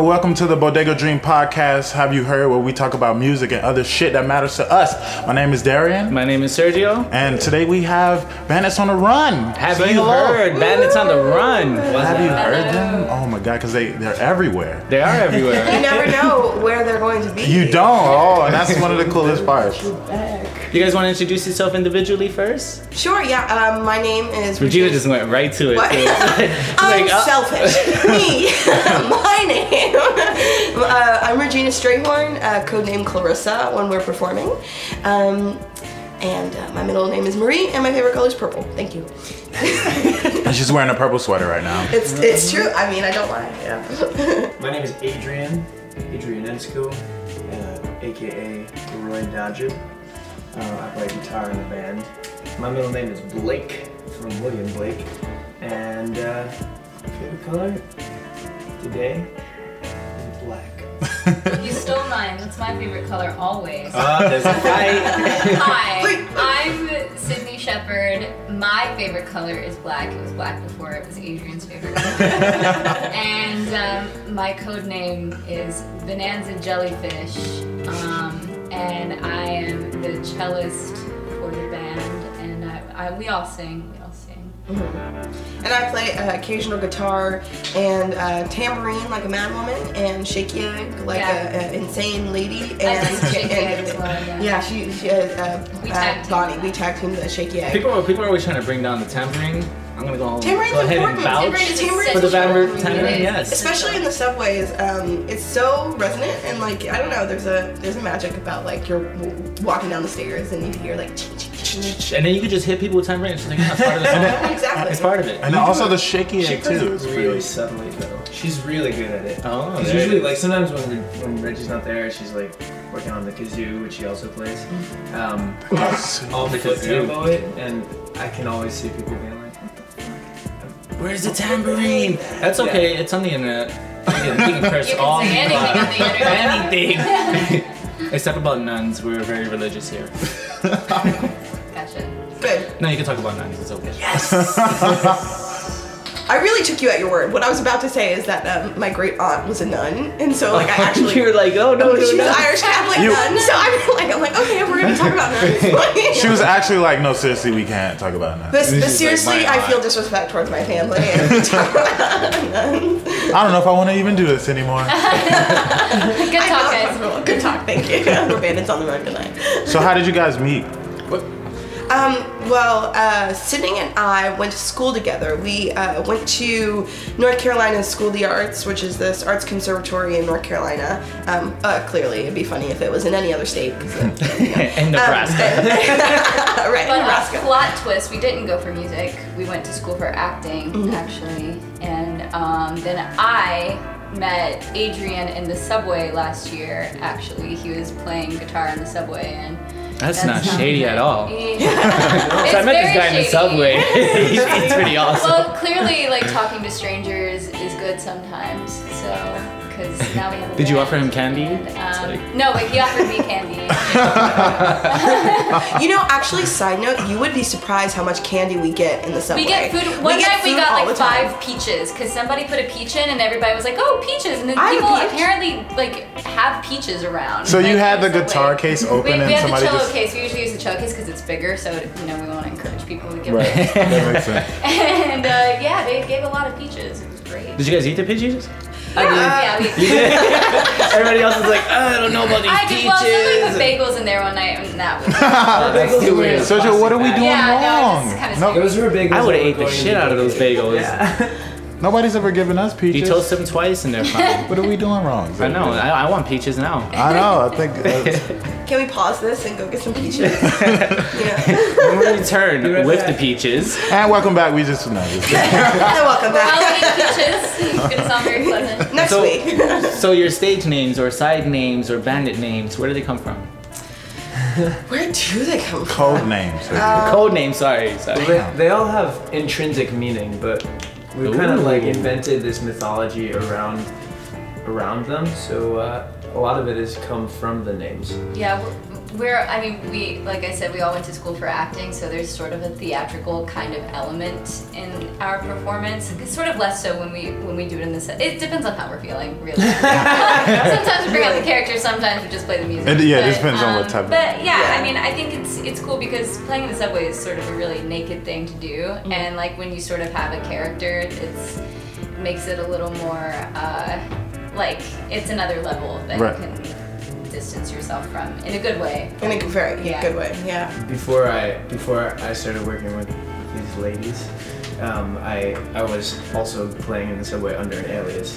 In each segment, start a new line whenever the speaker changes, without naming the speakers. welcome to the Bodega Dream Podcast. Have you heard where we talk about music and other shit that matters to us? My name is Darian,
My name is Sergio.
and today we have Bandits on the Run.
Have
Say
you
hello.
heard? Bandits on the run.
Have you heard them? Oh my god, because they they're everywhere.
They are everywhere.
You never know where they're going to be.
You don't. Oh, and that's one of the coolest parts.
you guys want to introduce yourself individually first?
Sure, yeah. Um, my name is
Regina just went right to it.
What?
too. She's
I'm
like, uh,
selfish. Me. my name. Uh, I'm Regina Strayhorn, uh, codename Clarissa when we're performing. Um, and uh, my middle name is Marie, and my favorite color is purple. Thank you.
And she's wearing a purple sweater right now.
It's it's true. I mean, I don't lie. Yeah.
My name is Adrian, Adrian Ensko, uh, aka Roy Dodgett. Uh, I play guitar in the band. My middle name is Blake, from William Blake. And uh, favorite color today is black.
You stole mine. That's my favorite color always.
Ah, there's a fight.
Hi, I'm Sydney Shepherd. My favorite color is black. It was black before it was Adrian's favorite color. and um, my code name is Bonanza Jellyfish. Um, and I am the cellist for the band. And I, I, we all sing. We all sing.
and I play uh, occasional guitar and uh, tambourine like a madwoman, and shake egg like
Yeah.
an insane lady. And,
I just shake
and-
hands as well, yeah.
Yeah, she, she uh, uh,
We tag
uh,
team
Bonnie.
that.
We tag team the shaky egg.
people, are, people are always trying to bring down the tampering. I'm gonna go,
Tambourine's
go ahead and
important.
vouch
Tambourine is
for the
essential.
tampering. tampering
It is.
yes.
Especially in the subways, um, it's so resonant and like I don't know. There's a there's a magic about like you're w- walking down the stairs and you hear like
and then you could just hit people with tampering. It's like, yeah, it's part of the song.
exactly.
It's part of it.
And also the shaky
She
egg
does
too.
it really subtly though. She's really good at it.
Oh,
Because
there it
usually,
is.
like sometimes when Re- when Reggie's not there, she's like working on the kazoo, which she also plays. Um, all the
Because
kazoo,
you-
and I can always see people being like, "What the
Where's the tambourine? That's okay. It's on the internet. You can, you can curse
You
all
can sing anything
you
on
want.
the internet.
anything. Except about nuns. We're very religious here.
Gotcha.
Good.
No, you can talk about nuns. It's okay.
I really took you at your word. What I was about to say is that um, my great aunt was a nun, and so like I actually
you were like, oh no, no,
she
no.
was Irish Catholic
You-
nun. So I'm like I'm like okay, we're gonna talk about nuns.
She was actually like, no, seriously, we can't talk about that.
But, but
is like
seriously,
my
I feel disrespect towards my family. And we talk about nuns.
I don't know if I want to even do this anymore.
Good
I
talk,
know,
guys.
comfortable. Good talk, thank you. We're bandits on the run tonight.
So how did you guys meet?
Um, well, uh, Sydney and I went to school together. We uh, went to North Carolina School of the Arts, which is this arts conservatory in North Carolina. Um, uh, clearly, it'd be funny if it was in any other state. 'cause, uh,
In
Um,
Nebraska.
right,
But
Nebraska.
uh, plot twist, we didn't go for music. We went to school for acting, actually. And um, then I met Adrian in the subway last year, actually. He was playing guitar in the subway. and
That's not shady at all.
it's
So I met this
very
guy in the
shady.
subway. it's pretty awesome.
Well, clearly, like, talking to strangers is good sometimes, so... Because now we have a
Did you
band.
offer him candy?
And, um,
like-
No, but he offered me candy.
You know, actually, side note, you would be surprised how much candy we get in the subway.
We get food. One
get
night we
food
got
all
like
the time.
five peaches because somebody put a peach in, and everybody was like, "Oh, peaches!" And then
I have a
people
peach.
apparently like have peaches around.
So you
Like,
had the
there's a
guitar
lake.
case open
we,
and
we had
somebody
the cello
just-
case. We usually use the cello case because it's bigger, so you know we want to encourage people to give.
Right,
it.
that makes sense.
and uh, yeah, they gave a lot of peaches. It was great.
Did you guys eat the peaches?
yeah, we,
Everybody else is like, I don't know about these
I did. Well, somebody put
peaches.
bagels in there one night, and that was.
Oh, that's too weird.
So Joe, what are we doing
Yeah, no,
wrong?
it's kinda
No-
fuck?" Those were big.
I would have ate the shit out of those bagels.
nobody's ever given us
You
peaches.
toast them twice and they're fine.
What are we doing wrong?
I know. I, I want peaches now.
I know. I think uh, that's-
Can we pause this and go get some peaches? yeah.
When we return
right
with
back.
the peaches,
and welcome back. We just no, just-
Hi, welcome
I'll
back.
eat peaches. It's gonna sound very pleasant.
Next
So-
week.
so your stage names or side names or bandit names, where do they come from?
Where do they come from?
code names.
Code name, sorry, sorry.
They, they all have intrinsic meaning, but we kind
Ooh.
of like invented this mythology around around them. So uh, a lot of it has come from the names.
Yeah, we're, we're i mean we like i said we all went to school for acting so there's sort of a theatrical kind of element in our performance it's sort of less so when we when we do it in the set it depends on how we're feeling really sometimes we bring out the character sometimes we just play the music um,
It- yeah, it depends on what type of-
but yeah,
Yeah.
i mean i think it's it's cool because playing in the subway is sort of a really naked thing to do and like when you sort of have a character it's makes it a little more uh, like it's another level that
Right.
you can distance yourself from in a good way
in a very
Yeah.
good way. Yeah.
before I before I started working with these ladies, um, I I was also playing in the subway under an alias,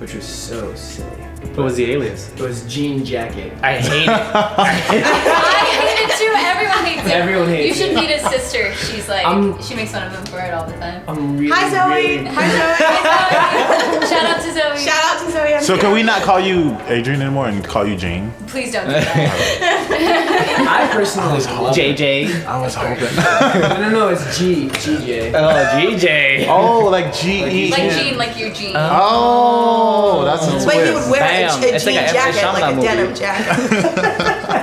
which was so silly.
What was the alias?
It was Jean Jacket.
I hate it.
I hate it too. Everyone hates it.
Everyone hates
You should
it.
meet his sister. She's like,
I'm-
she makes fun of him for it all the time.
I'm really
Hi Zoe.
really-
Hi Zoe.
Oh.
Shout out to Zoe.
Shout out to Zoe.
So can we not call you Adrian anymore and call you Jane?
Please don't do that.
I personally love it.
JJ.
I was hoping.
No, no, no, it's G GJ.
Oh, GJ.
oh, like G E.
Like
N.
Gene, like Eugene.
Oh, that's a
But
twist.
you would wear a-
Bam.
a,
It's
jean
like a M. Night
jacket,
Shyamalan
like a
movie.
denim jacket. but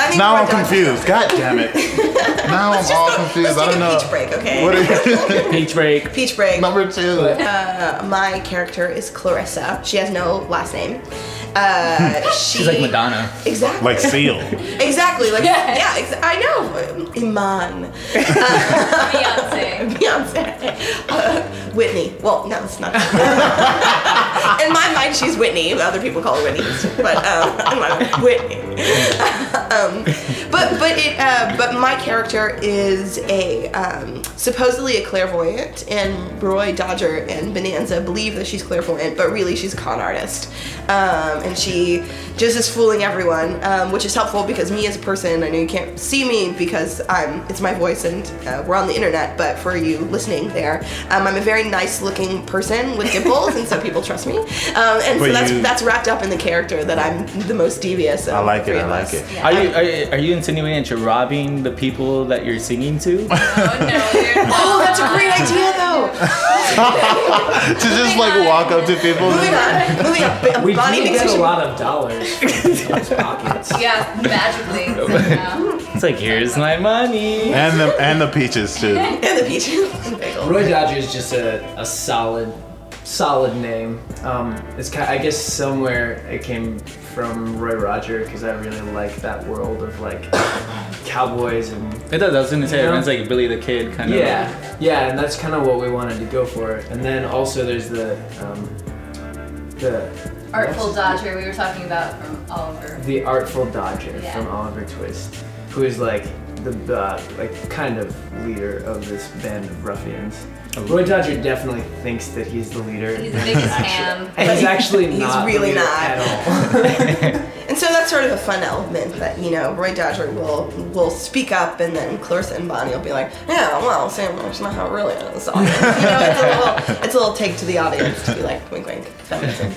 I think
Now
we're
I'm
done.
confused. God damn it. Now I'm all confused.
Let's
I
take
don't
a peach
know.
break, okay?
What is
Peach break.
peach break.
number two?
Uh, my character is Clarissa. She has no last name. Uh, she,
She's like Madonna.
Exactly.
Like seal.
exactly. Like
Yeah.
yeah. Ex- I know. Iman.
Beyonce.
Beyonce. Uh, Whitney. Well, no, it's not. in my mind, she's Whitney. Other people call her Whitney, but um, in my mind, Whitney. um, but but it uh, but my character is a um, supposedly a clairvoyant, and Roy Dodger and Bonanza believe that she's clairvoyant, but really she's a con artist, um, and she just is fooling everyone, um, which is helpful because me as a person, I know you can't see me because I'm it's my voice and uh, we're on the internet, but for you listening there, um, I'm a very nice looking person with dimples, and so people trust me, um, and
But
so that's
you-
that's wrapped up in the character that I'm the most devious. Of
I like
the
it.
three
I
of
like
us.
it.
Yeah.
Are you, are you are you insinuating that you're robbing the people that you're singing to?
Oh no, you're
Oh, that's a great idea though.
to just like walk up to people.
Moving on. Moving on. B-
We
Bonnie
do
thinks we
get a
should-
lot of dollars from those pockets.
Yeah, magically. somehow.
It's like here's my money.
And the and the peaches too.
And the peach. And bagel.
Roy Dodger is just a, a solid, solid name. Um, it's ki I guess somewhere it came from Roy Roger because I really like that world of like cowboys and
It does. I was gonna say
Yeah.
it runs like Billy the Kid kind of.
yeah, yeah, and that's kind of what we wanted to go for. And then also there's the um, the
Artful Dodger, we were talking about from Oliver.
the artful Dodger
Yeah.
from Oliver Twist, who is like the uh, like kind of leader of this band of ruffians. Roy Dodger definitely thinks that he's the leader.
He's the biggest
Actually-
ham.
And he's actually
He's
not.
really
weird
not.
At all.
And so that's sort of a fun element that you know Roy Dodger will will speak up, and then Clarissa and Bonnie will be like, "Yeah, well, Sam, that's not how it really is." You know, it's a little it's a little take to the audience to be like, "Wink, wink, feminism."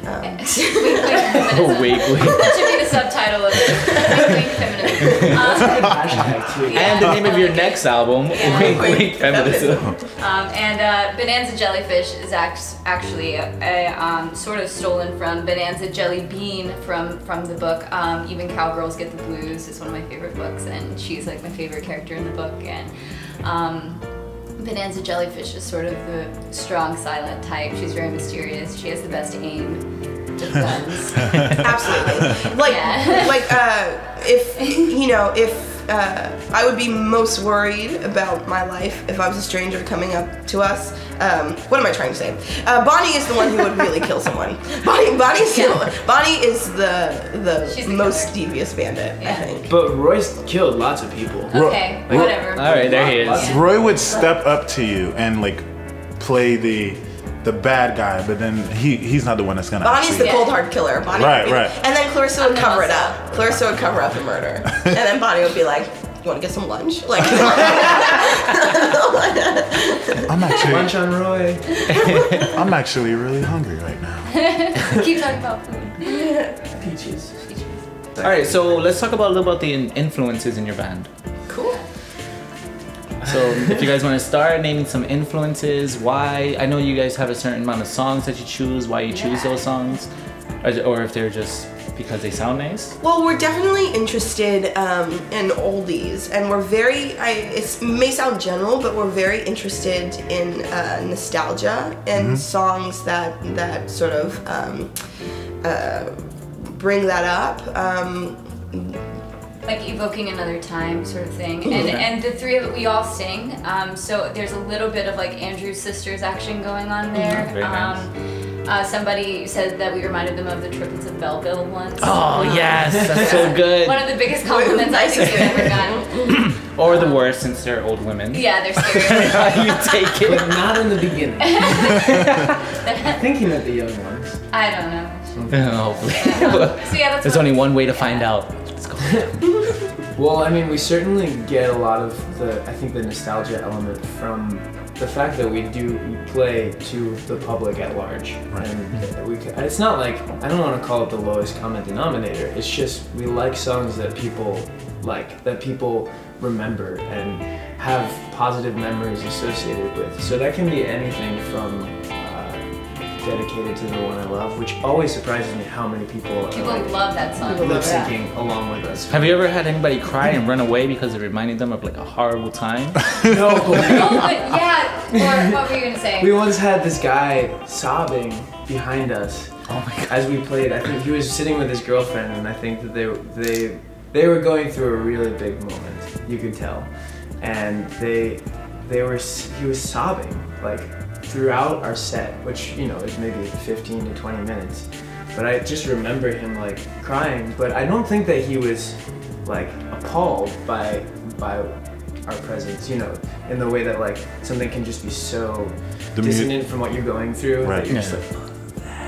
Um,
Wink, wink, feminism.
Oh wait, wait.
That should be the subtitle of it. Wink, wink, feminism. Um,
Hashtag too.
Yeah.
And the name of your next album,
Yeah.
Wink Wink Feminism.
Um, and uh, Bonanza Jellyfish is act- actually a, um, sort of stolen from Bonanza Jelly Bean from, from the book. Um, Even Cowgirls Get the Blues is one of my favorite books, and she's like my favorite character in the book. And um, Bonanza Jellyfish is sort of the strong, silent type. She's very mysterious. She has the best aim. with guns.
Absolutely. Like,
Yeah.
like uh, if you know, if uh, I would be most worried about my life if I was a stranger coming up to us. Um, what am I trying to say? Uh, Bonnie is the one who would really kill someone. Bonnie, Bonnie's the, Bonnie is the the,
She's the
most devious bandit. I
Yeah.
think.
But Roy's killed lots of people.
okay,
Ro-
whatever.
All right, there he is.
Roy would step up to you and like play the the bad guy, but then he he's not the one that's gonna.
Bonnie's the
actually-
Yeah.
cold hard killer. Bonnie would
Right,
be-
right.
And then Clarissa would
I'm
cover it
also-
up. Clarissa would cover up the murder, and then Bonnie would be like, "You want to get some lunch?" Like,
I'm
Lunch
actually
on Roy.
I'm actually really hungry right now.
Keep talking about food.
Peaches.
All right, so let's talk about a little about the in- influences in your band.
cool.
So if you guys want to start naming some influences, why I know you guys have a certain amount of songs that you choose, why you choose
Yeah.
those songs, or, or if they're just because they sound nice?
Well, we're definitely interested um, in oldies, and we're very. I, it may sound general, but we're very interested in uh, nostalgia and songs that that sort of um, uh, bring that up. Um,
like evoking another time sort of thing. and
okay.
and the three of we all sing. Um, so there's a little bit of like Andrew's sisters action going on there.
Mm-hmm. Very nice.
um, uh, somebody said that we reminded them of the triplets of Belleville once. Um,
Oh yes, that's so
One
good.
of the biggest compliments I think we've ever gotten.
Or the worst, since they're old women.
Yeah, they're scary.
How you take it?
But not in the beginning. Thinking of the young ones.
I don't know. Um,
Hopefully.
So yeah, that's
There's
what-
only one way to find out. Let's go.
Well, I mean, we certainly get a lot of the, I think, the nostalgia element from the fact that we do we play to the public at large, and that we. ca- It's not like I don't want to call it the lowest common denominator. It's just we like songs that people like, that people remember, and have positive memories associated with. So that can be anything from. uh, Dedicated to the one I love, which always surprises me how many people are
People
like,
love that song.
lip syncing along with us.
Have you ever had anybody cry and run away because it reminded them of like a horrible time?
No.
Oh, but yeah. Or what were you gonna say?
We once had this guy sobbing behind us
Oh my god.
as we played. I think he was sitting with his girlfriend, and I think that they they they were going through a really big moment. You could tell, and they they were s- he was sobbing like throughout our set, which you know is maybe 15 to 20 minutes. But I just remember him like crying. But I don't think that he was like appalled by by our presence, you know, in the way that like something can just be so
The mu-
dissonant from what you're going through.
Right.
That you're just
Yeah.
like,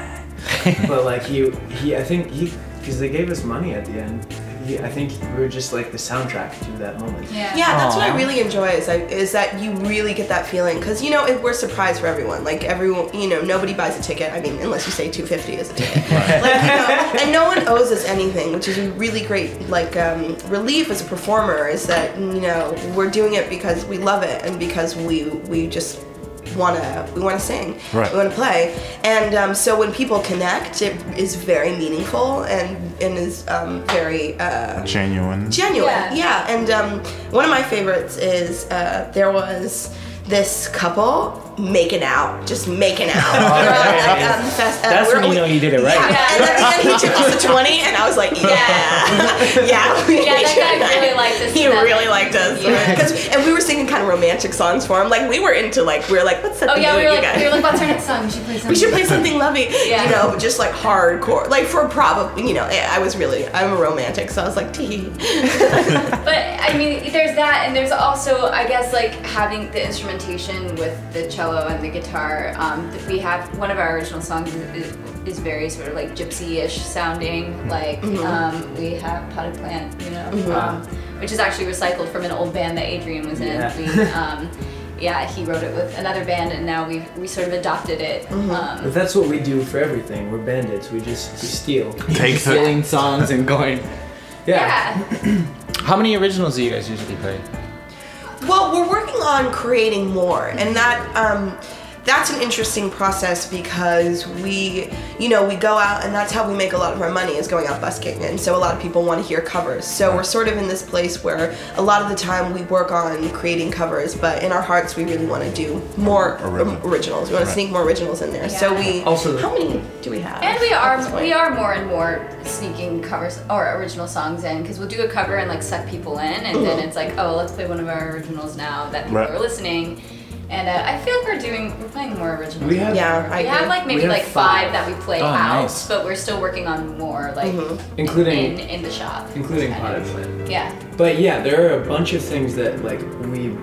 but like he he I think he because they gave us money at the end. He, I think we were just like the soundtrack to that moment.
yeah.
Yeah, that's what
Aw.
I really enjoy is I, is that you really get that feeling because you know it, we're surprised for everyone. Like everyone, you know, nobody buys a ticket. I mean, unless you say two fifty is a ticket, like, you know, and no one owes us anything, which is a really great like um, relief as a performer. Is that you know we're doing it because we love it and because we we just wanna we wanna sing,
Right.
we wanna play, and um, so when people connect, it is very meaningful and and is um, very. Uh,
Genuine.
genuine.
Yeah.
Yeah. And um, one of my favorites is uh, there was this couple making out, just making out.
yeah.
Um, fest- uh,
That's
we're-
when you know you did it right.
Yeah. And then and he took us to 20, and I was like, yeah, yeah. we-
Yeah, that guy really liked us
He
to that
really
point.
liked us.
Yeah.
'Cause- and we were singing kind of romantic songs for him. Like, we were into, like, we were like, what's that
Oh yeah, we
you
were like,
guys?
we were like, what's our next song? We should play something.
we should play something lovey,
Yeah.
you know, just like hardcore, like for probably, you know, I I was really, I'm a romantic, so I was like, tee.
But I mean, there's that, and there's also, I guess, like having the instrumentation with the cello and the guitar. Um, th- we have one of our original songs is, is, is very sort of like gypsy-ish sounding. Like um, we have potted plant, you know, um, which is actually recycled from an old band that Adrian was in.
Yeah.
We, um, yeah, he wrote it with another band, and now we we sort of adopted it. Um,
But that's what we do for everything. We're bandits. We just we steal.
Take the.
Stealing songs and going.
yeah.
How many originals do you guys usually play?
Well, we're working on creating more, and that um, that's an interesting process because we, you know, we go out, and that's how we make a lot of our money is going out busking, and so a lot of people want to hear covers. So we're sort of in this place where a lot of the time we work on creating covers, but in our hearts we really want to do more
Original.
originals. We want to sneak more originals in there. So
Yeah.
we
Also-
how many do we have?
And we
at
are
this point?
we are more and more sneaking covers or original songs in because we'll do a cover and like suck people in, and then it's like, oh, let's play one of our originals now that people
Right.
are listening. And uh, I feel like we're doing we're playing more originals.
We have-
Yeah, I
we have
agree.
like maybe
We have
like five,
five.
that we play
Oh,
out,
nice.
but we're still working on more like
Mm-hmm.
in
Including
in the shop.
including
kind
potted
of.
plant.
Yeah.
But yeah, there are a bunch of things that like we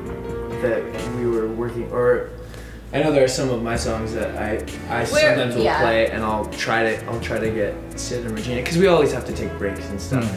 that we were working or I know there are some of my songs that I I sometimes will
yeah.
play and I'll try to I'll try to get Sid and Regina because we always have to take breaks and stuff.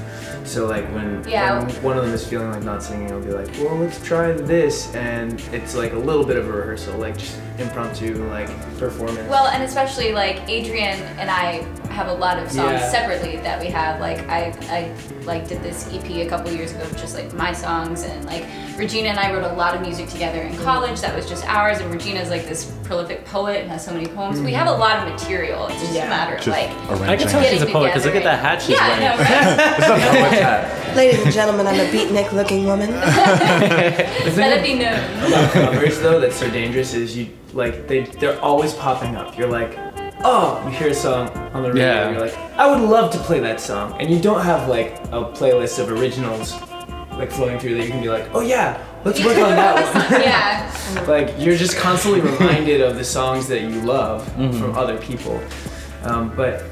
So like when,
Yeah.
when one of them is feeling like not singing, I'll be like, well, let's try this, and it's like a little bit of a rehearsal, like just impromptu like performance.
Well, and especially like Adrian and I have a lot of songs
Yeah.
separately that we have. Like I, I like did this EP a couple years ago, of just like my songs, and like Regina and I wrote a lot of music together in college. That was just ours, and Regina's like this prolific poet and has so many poems. We have a lot of material. It's just
Yeah.
a matter of
Just
like
arranging.
I can tell
getting
she's a poet because look at
together
that
and-
hat she's
yeah,
wearing.
I know, right?
Ladies and gentlemen, I'm a beatnik looking woman.
Let it be known.
covers though that's so dangerous is you like they they're always popping up. You're like, oh, you hear a song on the radio.
Yeah.
You're like, I would love to play that song, and you don't have like a playlist of originals like flowing through that you can be like, oh yeah, let's work on that one.
yeah.
like you're just constantly reminded of the songs that you love from other people. Um, but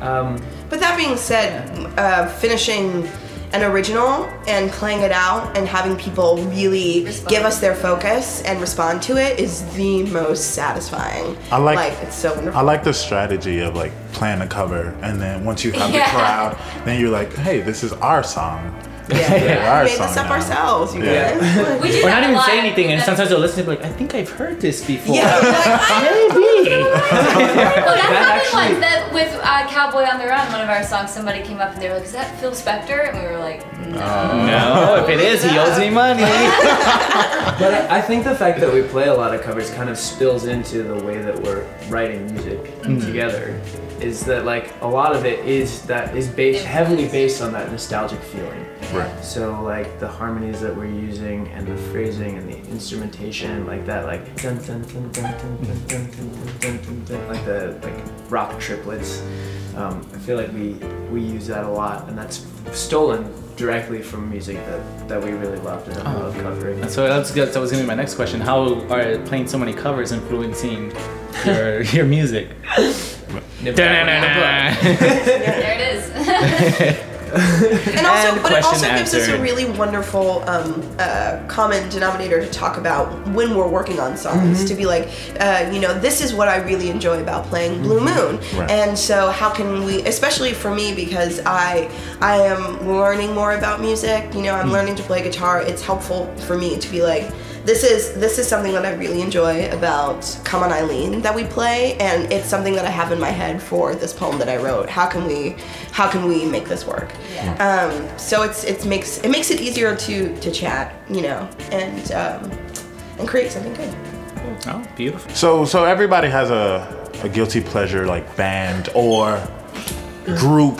um,
But that being said, uh, finishing an original and playing it out and having people really
Respond.
give us their focus and respond to it is the most satisfying.
I like-
it's so wonderful.
I like the strategy of like playing a cover, and then once you have
Yeah.
the crowd, then you're like, hey, this is our song.
yeah,
Yeah, our
we made this
song
up
now.
ourselves, you
Yeah.
guys.
We do
Or
that
not
a
even
lot.
say anything, and
That's-
sometimes they'll listen to be like, I think I've heard this before.
yeah, we're like,
Oh, that's
That
probably
actually-
one that with uh, Cowboy on the Run, one of our songs, somebody came up and they were like, Is that Phil Spector? And we were like, No.
Oh, No, if it is, he owes me money.
But I I think the fact that we play a lot of covers kind of spills into the way that we're writing music together. Is that like a lot of it is that is based heavily based on that nostalgic feeling.
Right.
So like the harmonies that we're using and the phrasing and the instrumentation, like that like dun dun dun dun dun dun dun dun dun dun dun dun like the like rock triplets. Um, I feel like we we use that a lot, and that's stolen directly from music that, that we really loved and that we love covering.
So that's good. That was gonna be my next question. How are playing so many covers influencing your your music?
There it is.
and also,
And
but it also
question
gives us a
answered.
really wonderful um, uh, common denominator to talk about when we're working on songs. To be like, uh, you know, this is what I really enjoy about playing Blue Moon,
Right.
and so how can we, especially for me, because I I am learning more about music. You know, I'm learning to play guitar. It's helpful for me to be like. This is this is something that I really enjoy about Come on Eileen that we play, and it's something that I have in my head for this poem that I wrote. How can we, how can we make this work?
Yeah.
Um, so it's it makes it makes it easier to to chat, you know, and um, and create something good.
Oh, beautiful.
So, so everybody has a, a guilty pleasure like band or group.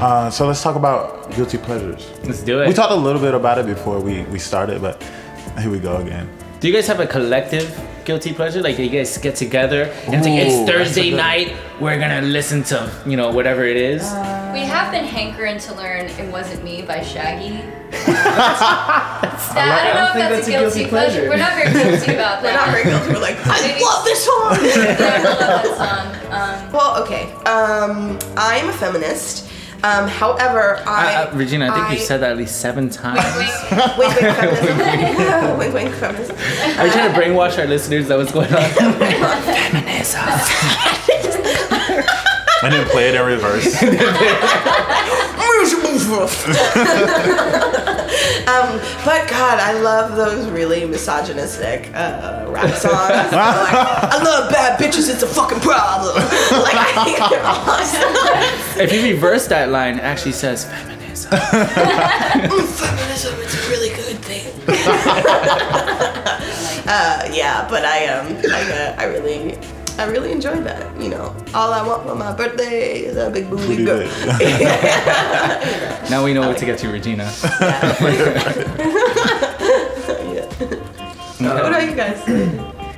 Uh, so let's talk about guilty pleasures.
Let's do it.
We talked a little bit about it before we, we started, but here we go again.
Do you guys have a collective guilty pleasure? Like you guys get together and it's, like,
Ooh,
it's
that's a
Thursday
good-
night. We're gonna listen to you know whatever it is.
Uh,
we have been hankering to learn It Wasn't Me by Shaggy. That- I don't know if
I don't think
that's, a guilty, pleasure. We're not very guilty about
We're not
that.
very guilty. We're like, I love this song.
I love that song. Um,
well, okay. Um, I'm a feminist. Um, however, I
Uh, uh, Regina, I think
I-
you've said that at least seven times.
wink, wink.
wink wink feminism. wink wink feminism.
Are you trying to brainwash our listeners that what's going on?
And then play it in reverse.
Um, but God, I love those really misogynistic uh, rap songs. like, I love bad bitches. It's a fucking problem. like I think they're awesome.
if you reverse that line, it actually says feminism.
feminism it's a really good thing uh, yeah but i um I, uh, I really i really enjoy that you know all i want for my birthday is a big booty
Booty
girl
Now we know what to get to, Regina.
yeah. what about you guys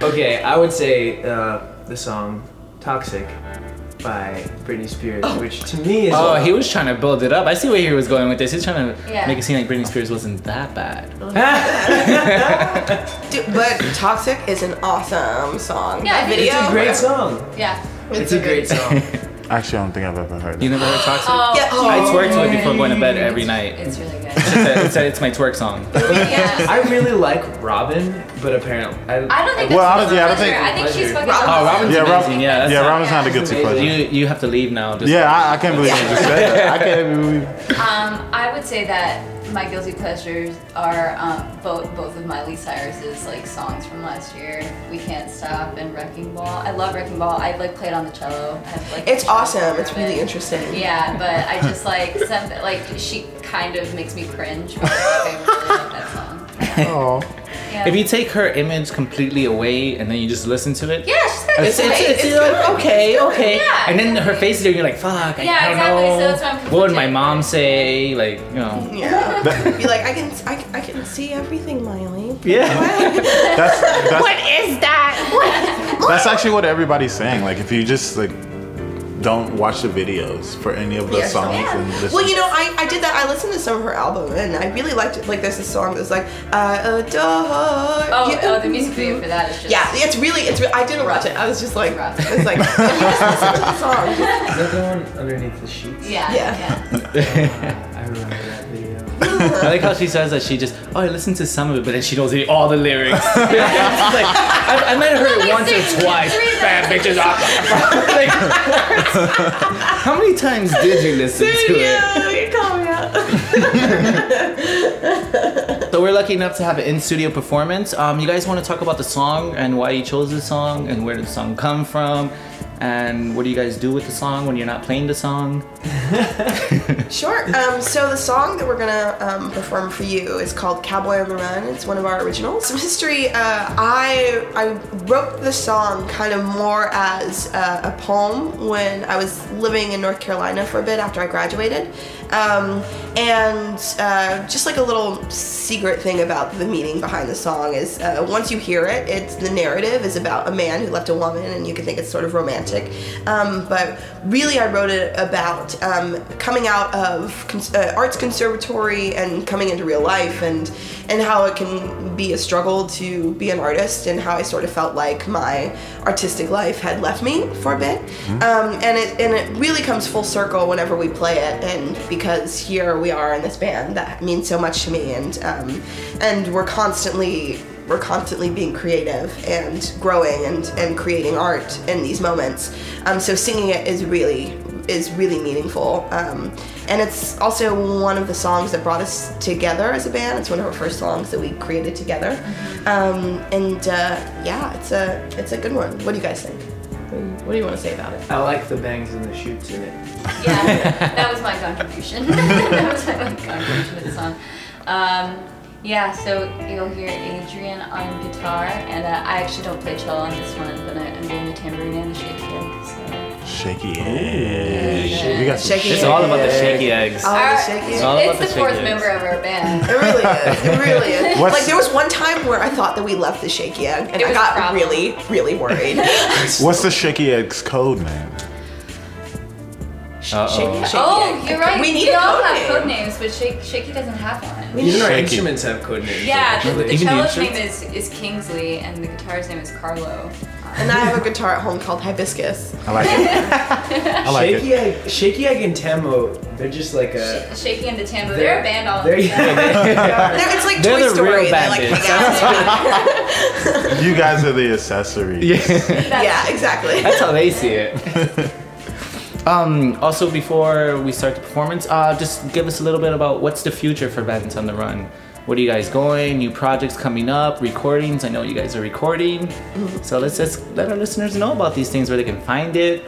Okay, I would say uh, the song "Toxic" by Britney Spears, which to me is
Oh, he was trying to build it up. I see where he was going with this. He's trying to
Yeah.
make it seem like Britney Spears wasn't that bad.
Dude, but toxic is an awesome song
Yeah, I
That
think
video
it's
a great song.
Yeah.
It's a great song.
Actually, I don't think I've ever heard
You
it.
never heard Toxic?
Oh,
yeah oh,
I twerk to it before going to bed every night.
It's really good.
It said it's my twerk song.
yeah.
I really like Robin, but apparently
I don't think
Well,
that's
honestly,
a
I don't
pleasure.
think-
I think she's fucking
Robin-
Oh,
awesome.
Robin's
Yeah, Rob-
amazing. yeah, that's
Yeah,
not-
Robin's not a guilty
Amazing.
pleasure.
You you have to leave now. Just
Yeah, I, I can't believe you just said that. I can't believe.
Um, I would say that my guilty pleasures are um, both both of Miley Cyrus's like songs from last year. We can't stop and Wrecking Ball. I love Wrecking Ball. I like played on the cello. I've, like,
It's
played
awesome. It's
it.
really interesting.
Yeah, but I just like some like she kind of makes me cringe. But like, I really love that song.
Oh.
Yeah.
If you take her image completely away and then you just listen to it,
yeah, she's got a
it's,
good
it's,
voice.
it's, like, okay, okay.
Yeah.
And then her face is there, you're like, fuck, I,
Yeah,
I don't
exactly. So
know.
that's why I'm
what would my
conflicted.
mom say? Like, you know.
Yeah.
That-
Be like, I can, I, can- I can see everything, Miley.
Yeah.
That's that's,
is that?
that's actually what everybody's saying. Like if you just like don't watch the videos for any of the
Yeah,
songs
yeah.
and listen.
Well, you know, I, I did that. I listened to some of her album, and I really liked it. Like, there's this song that's like, I adore.
Oh,
you."
oh, the music video for that is just
Yeah, it's really, it's. Re- I didn't watch it. I was just like,
Rough.
it's like, can you just listen to the song.
Is that the one underneath the sheets?
Yeah,
Yeah.
yeah.
I remember that video.
I like how she says that she just, oh, I listened to some of it, but then she knows the- all the lyrics. It's like, I, I might have heard it once or twice. Bad bitches off. like, what? How many times did you listen to it?
Yeah, you call me out.
So we're lucky enough to have an in-studio performance. Um, you guys want to talk about the song and why you chose the song and where did the song come from? And what do you guys do with the song when you're not playing the song?
Sure. Um, so the song that we're gonna um, perform for you is called "Cowboy on the Run." It's one of our originals. Some history. Uh, I I wrote the song kind of more as uh, a poem when I was living in North Carolina for a bit after I graduated, um, and uh, just like a little secret thing about the meaning behind the song is uh, once you hear it, it's the narrative is about a man who left a woman, and you can think it's sort of romantic. Um, but really, I wrote it about um, coming out of cons- uh, arts conservatory and coming into real life, and and how it can be a struggle to be an artist, and how I sort of felt like my artistic life had left me for a bit. Um, and it and it really comes full circle whenever we play it, and because here we are in this band that means so much to me, and um, and we're constantly we're constantly being creative and growing and, and creating art in these moments. Um, so singing it is really is really meaningful. Um, and it's also one of the songs that brought us together as a band. It's one of our first songs that we created together. Um, and uh, yeah, it's a it's a good one. What do you guys think? What do you want to say about it?
I like the bangs and the shoots in it.
Yeah, that was my contribution. that was my contribution to the song. Um, yeah, so you'll hear Adrian on guitar, and uh, I actually don't play cello on this one, but I, I'm doing the tambourine and the shaky leg. So.
shaky eggs. We got some
Shaky
It's
shit.
all about the shaky eggs.
Oh,
Our-
shake it.
it's
all about
the
the
fourth
shaky
member of our band.
It really is. It really is.
What's-
like there was one time where I thought that we left the shaky egg, and
It
I
was a
got
problem.
really, really worried.
What's the shaky eggs code name?
Sh-
Uh-oh.
shaky, shaky
Oh,
egg.
you're right.
We need a
all
code
have
name.
code names, but Shak- Shaky doesn't have one.
Even our
Shaky.
instruments have code names.
Yeah, the, the
Even the
cello's name
instruments?
is, is Kingsley, and the guitar's name is Carlo.
And I have a guitar at home called Hibiscus.
I like it. I like it.
Shaky Egg, Shaky Egg and Tammo, they're just like a.
Sh- Shaky and the Tambo. They're a band all
They're,
together.
yeah,
They're- It's like
They're
Toy
the
Story.
real
they like
bandits.
hang out.
You guys are the accessories.
That's-
yeah, exactly.
That's how they see it. um, also, before we start the performance, uh, just give us a little bit about what's the future for Bandits on the Run. What are you guys going? New projects coming up? Recordings? I know you guys are recording. So let's just let our listeners know about these things, where they can find it,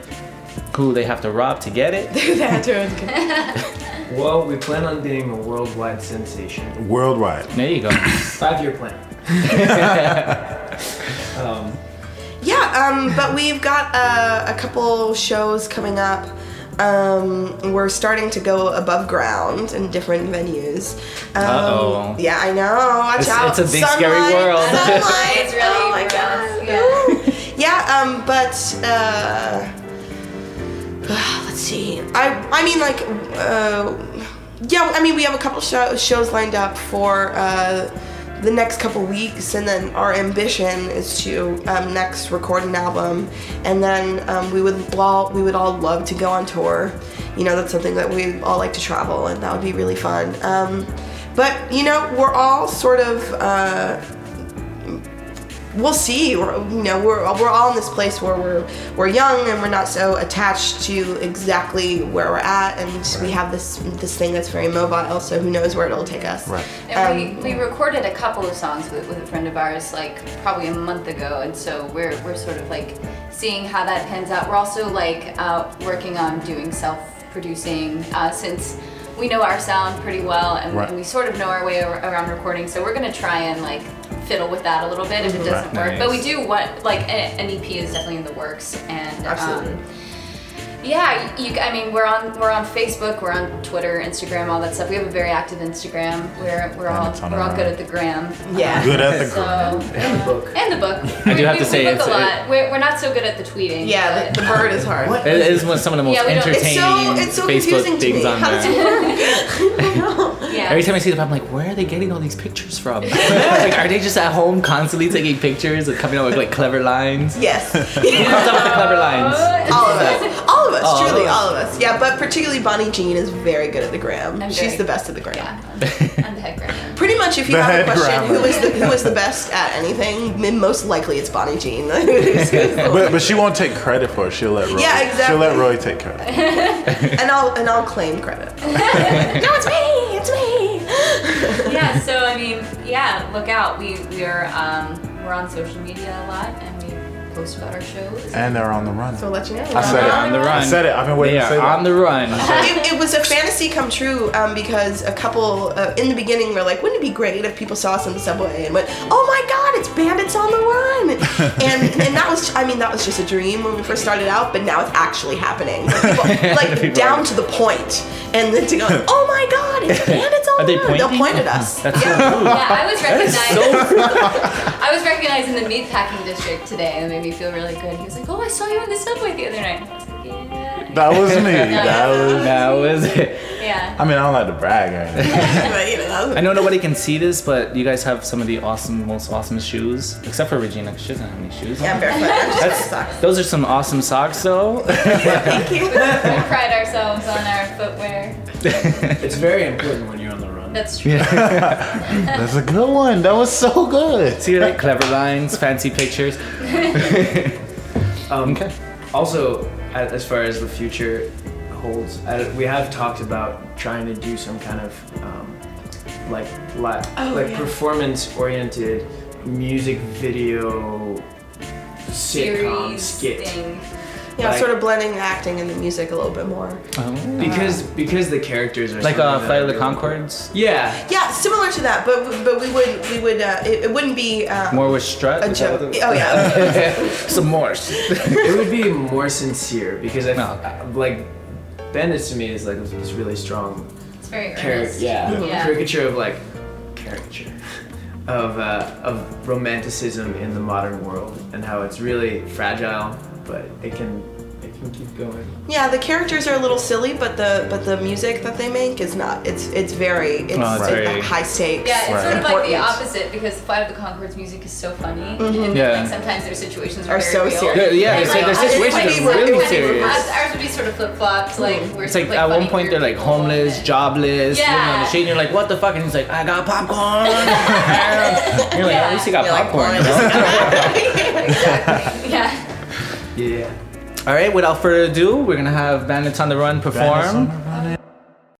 who they have to rob to get it.
They had to-
Well, we plan on being a worldwide sensation.
Worldwide.
There you go.
Five year plan. um,
yeah, um, but we've got uh, a couple shows coming up. Um, we're starting to go above ground in different venues. Um,
Uh-oh.
Yeah, I know. Watch
It's- it's
out.
a big, scary
Sunlight,
world.
sunlight.
It's really
oh my
rough,
god.
yeah.
yeah, um, but uh, let's see. I I mean like uh, yeah. I mean we have a couple show, shows lined up for uh, the next couple weeks, and then our ambition is to um, next record an album, and then um, we would all we would all love to go on tour. You know that's something that we all like to travel, and that would be really fun. Um, but you know we're all sort of. Uh, we'll see. We're, you know, we're we're all in this place where we're we're young and we're not so attached to exactly where we're at, and we have this this thing that's very mobile. So who knows where it'll take us?
Right.
And we, we recorded a couple of songs with, with a friend of ours like probably a month ago, and so we're, we're sort of like seeing how that pans out. We're also like uh, working on doing self producing uh, since we know our sound pretty well and,
Right.
we sort of know our way ar- around recording, so we're gonna try and like fiddle with that a little bit if it doesn't work.
Right.
But we do what like a- an EP is definitely in the works, and
Absolutely.
Um, yeah, you, I mean, we're on we're on Facebook, we're on Twitter, Instagram, all that stuff. We have a very active Instagram. We're we're all
it's on
we're all
our
good
own.
at the gram.
Yeah.
Good at the
So
girl.
And the book.
and the book.
I do
We-
have
we,
to say
we
it's-
book a lot.
it-
we're, we're not so good at the tweeting.
Yeah.
but-
The, the bird is hard.
What?
It is one of some of the most
Yeah, we don't- it's
entertaining
so- it's so confusing
Facebook
to
things
me.
on
How does it
there.
yeah.
Every time I see them, I'm like, where are they getting all these pictures from? like, are they just at home constantly taking pictures and coming up with like clever lines?
Yes.
Who comes up with the clever lines?
Uh,
All of us. All of us,
All of
truly,
us.
all of us. Yeah, but particularly Bonnie Jean is very good at the gram.
I'm
She's
very-
the best at the gram.
yeah, I'm the- I'm the head grammar.
Pretty much, if you
The
have a
head
question,
grammer.
who is the who is the best at anything? m- Most likely, it's Bonnie Jean. Who's- who's the-
But, but she won't take credit for it. She'll let Roy.
Yeah,
She'll
exactly.
let Roy take credit.
and I'll and I'll claim credit. no, it's me. It's me.
Yeah. So I mean, yeah. Look out. We we're um, we're on social media a lot, and we post about our shows.
And they're on the run.
so let you know.
I said it.
on the
I
run.
said it. I've been waiting
They
to say
are
that.
on the run.
it, it was a fantasy come true um, because a couple uh, in the beginning were like, "Wouldn't it be great if people saw us in the subway and went, oh my God, it's bandits on the run!" and and that was, I mean, that was just a dream when we first started out, but now it's actually happening. Like, people- like,
People
down
are-
to the point, and then to go, "Oh my God, it's bandits on
Are
the
they
run!" They'll
pointing?
point at us.
That's so
yeah, I was recognized.
so
I was recognized in the meatpacking district today. That made me feel really good. He was like, "Oh, I saw you on the subway the other night." I was like, "Yeah."
That was me. That was.
that was it.
Yeah.
I mean, I don't like to brag or anything.
But, you know,
I know nobody can see this, but you guys have some of the awesome, most awesome shoes, except for Regina. 'cause She doesn't have any shoes.
yeah, I'm barefoot. I'm just
That's-
socks.
Those are some awesome socks, though.
Thank you.
We pride ourselves on our footwear.
It's very important when you're on the run.
That's true.
That's a good one. That was so good.
See, like clever lines, fancy pictures.
Um,
Okay.
Also, a- as far as the future holds, I- we have talked about trying to do some kind of um, like li- like
yeah.
performance-oriented music video sitcom
Series
skit
thing.
Yeah,
Like-
sort of blending the acting and the music a little bit more.
because because the characters are
Like uh,
something that
Flight of
I
the
really-
Concords,
Yeah,
Yeah, similar to that, but but we would we would uh, it, it wouldn't be um,
more with strut.
a
is that
joke.
what
Oh yeah.
it- some more.
it would be more sincere because I f-
No, okay.
like Bandits to me is like this really strong
It's very
Caric-
earnest.
yeah.
Yeah.
Caricature of like caricature of uh, of romanticism in the modern world and how it's really fragile, but it can it can keep going.
Yeah, the characters are a little silly, but the but the music that they make is not. It's it's very it's,
Oh, it's
it's
very-
high stakes.
Yeah, it's
Right.
sort of like the
Important.
opposite because Flight of the Concords music is so funny. And
Mm-hmm. Yeah.
like sometimes their situations are,
Are
very
so
real.
serious.
Yeah, yeah,
And,
their- their
ours would
situations
be-
are really
ours would be-
serious. Mm-hmm.
Ours would be sort of flip flops, like we're
It's
sort
like at
of, like
one
funny,
point they're
weird
like
people
homeless,
and-
jobless, living on the
Yeah.
street, and you're like, what the fuck? And he's like, I got popcorn. you're like, at least he got
You're like,
popcorn.
"Oh, I
you know?
Exactly. yeah.
Yeah.
All right, without further ado, we're gonna have Bandits on the Run perform.